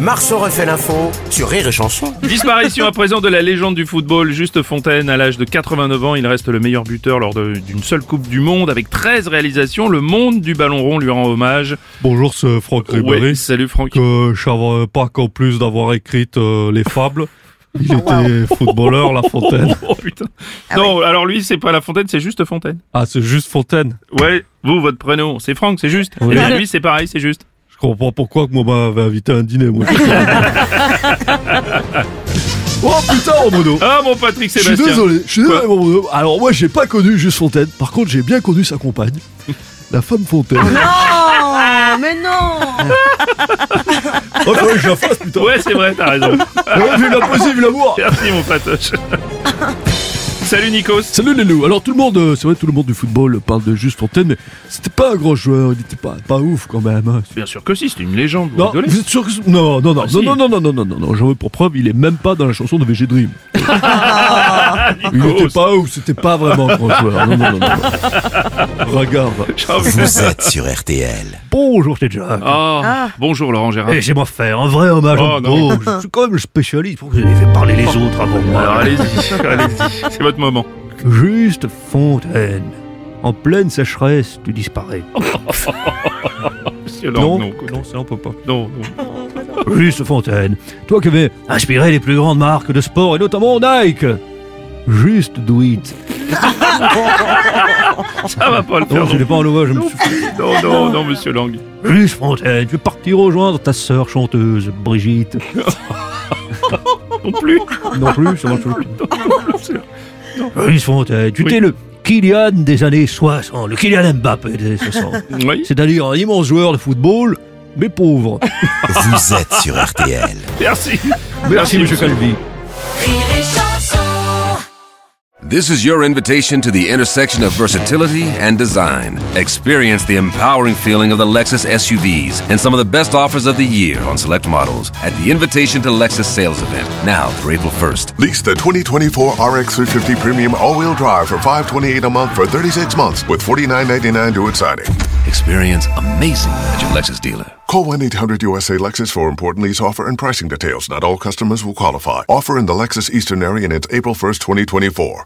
Marceau refait l'info sur Rire et Chanson. Disparition à présent de la légende du football, Juste Fontaine, à l'âge de 89 ans, il reste le meilleur buteur lors de- d'une seule Coupe du Monde avec 13 réalisations. Le monde du ballon rond lui rend hommage. Bonjour, c'est Franck Ouais, Ribéry. salut Franck. que je savais pas qu'en plus d'avoir écrit euh, les fables, il était footballeur, La Fontaine. Oh putain. non, alors lui, c'est pas La Fontaine, c'est Juste Fontaine. Ah, c'est juste Fontaine. Ouais, vous, votre prénom, c'est Franck, c'est juste. Oui. Et bien lui, c'est pareil, c'est juste. Je comprends pourquoi que moi m'avait invité à un dîner, moi. oh putain, mon mono Ah, mon Patrick Je suis Sébastien. désolé, je suis désolé, Quoi mon Bruno. Alors moi j'ai pas connu Juste Fontaine, par contre j'ai bien connu sa compagne, la femme Fontaine. Oh, mais non oh fallait que je la fasse putain Ouais, c'est vrai, t'as raison. Ouais, Vive la poésie, vive l'amour Merci, mon patoche. Salut Nikos. Salut les loups Alors tout le monde, euh, c'est vrai tout le monde du football parle de Juste Fontaine, mais c'était pas un grand joueur, il était pas, pas ouf quand même. hein. Bien sûr que si, c'est une légende, vous Non, rigolez. vous êtes sûr que... c'est- Non, non, non, Ah, non, si. non, non, non, non, non, non, non, j'en veux pour preuve, il est même pas dans la chanson de VG Dream. il était pas ouf, c'était pas vraiment un grand joueur. Non, non, non, non. non. Regarde. Vous êtes sur RTL. Bonjour, c'est Jack. Oh, bonjour Laurent Gérard. Et j'aimerais faire un vrai hommage Oh, non. au Beau. Je suis quand même le spécialiste pour que j'aie fait parler les autres avant Alors moi. allez-y, allez-y. c'est votre moment. Juste Fontaine. En pleine sécheresse, tu disparais. Monsieur Laurent, non, écoutez. non, ça on peut pas. non, non. Juste Fontaine, toi qui avais inspiré les plus grandes marques de sport et notamment Nike. Juste do it. ça va pas le faire. Non, je n'ai pas en hommage, je me suis Non, non, non, monsieur Lang. Juste Fontaine, tu es parti rejoindre ta sœur chanteuse, Brigitte. Non plus. Non plus, ça marche toujours. Juste Fontaine, tu Oui. t'es le Kylian des années 60, le Kylian Mbappé des années 60. Oui. C'est-à-dire un immense joueur de football, mais pauvre. Vous êtes sur RTL. Merci. Merci, monsieur monsieur. Calvi. This is your invitation to the intersection of versatility and design. Experience the empowering feeling of the Lexus SUVs and some of the best offers of the year on select models at the Invitation to Lexus sales event now through April 1st. Lease the 2024 RX 350 Premium All-Wheel Drive for $528 a month for 36 months with $49.99 due at signing. Experience amazing at your Lexus dealer. Call 1-800-USA-LEXUS for important lease offer and pricing details. Not all customers will qualify. Offer in the Lexus Eastern area and it's April 1st, 2024.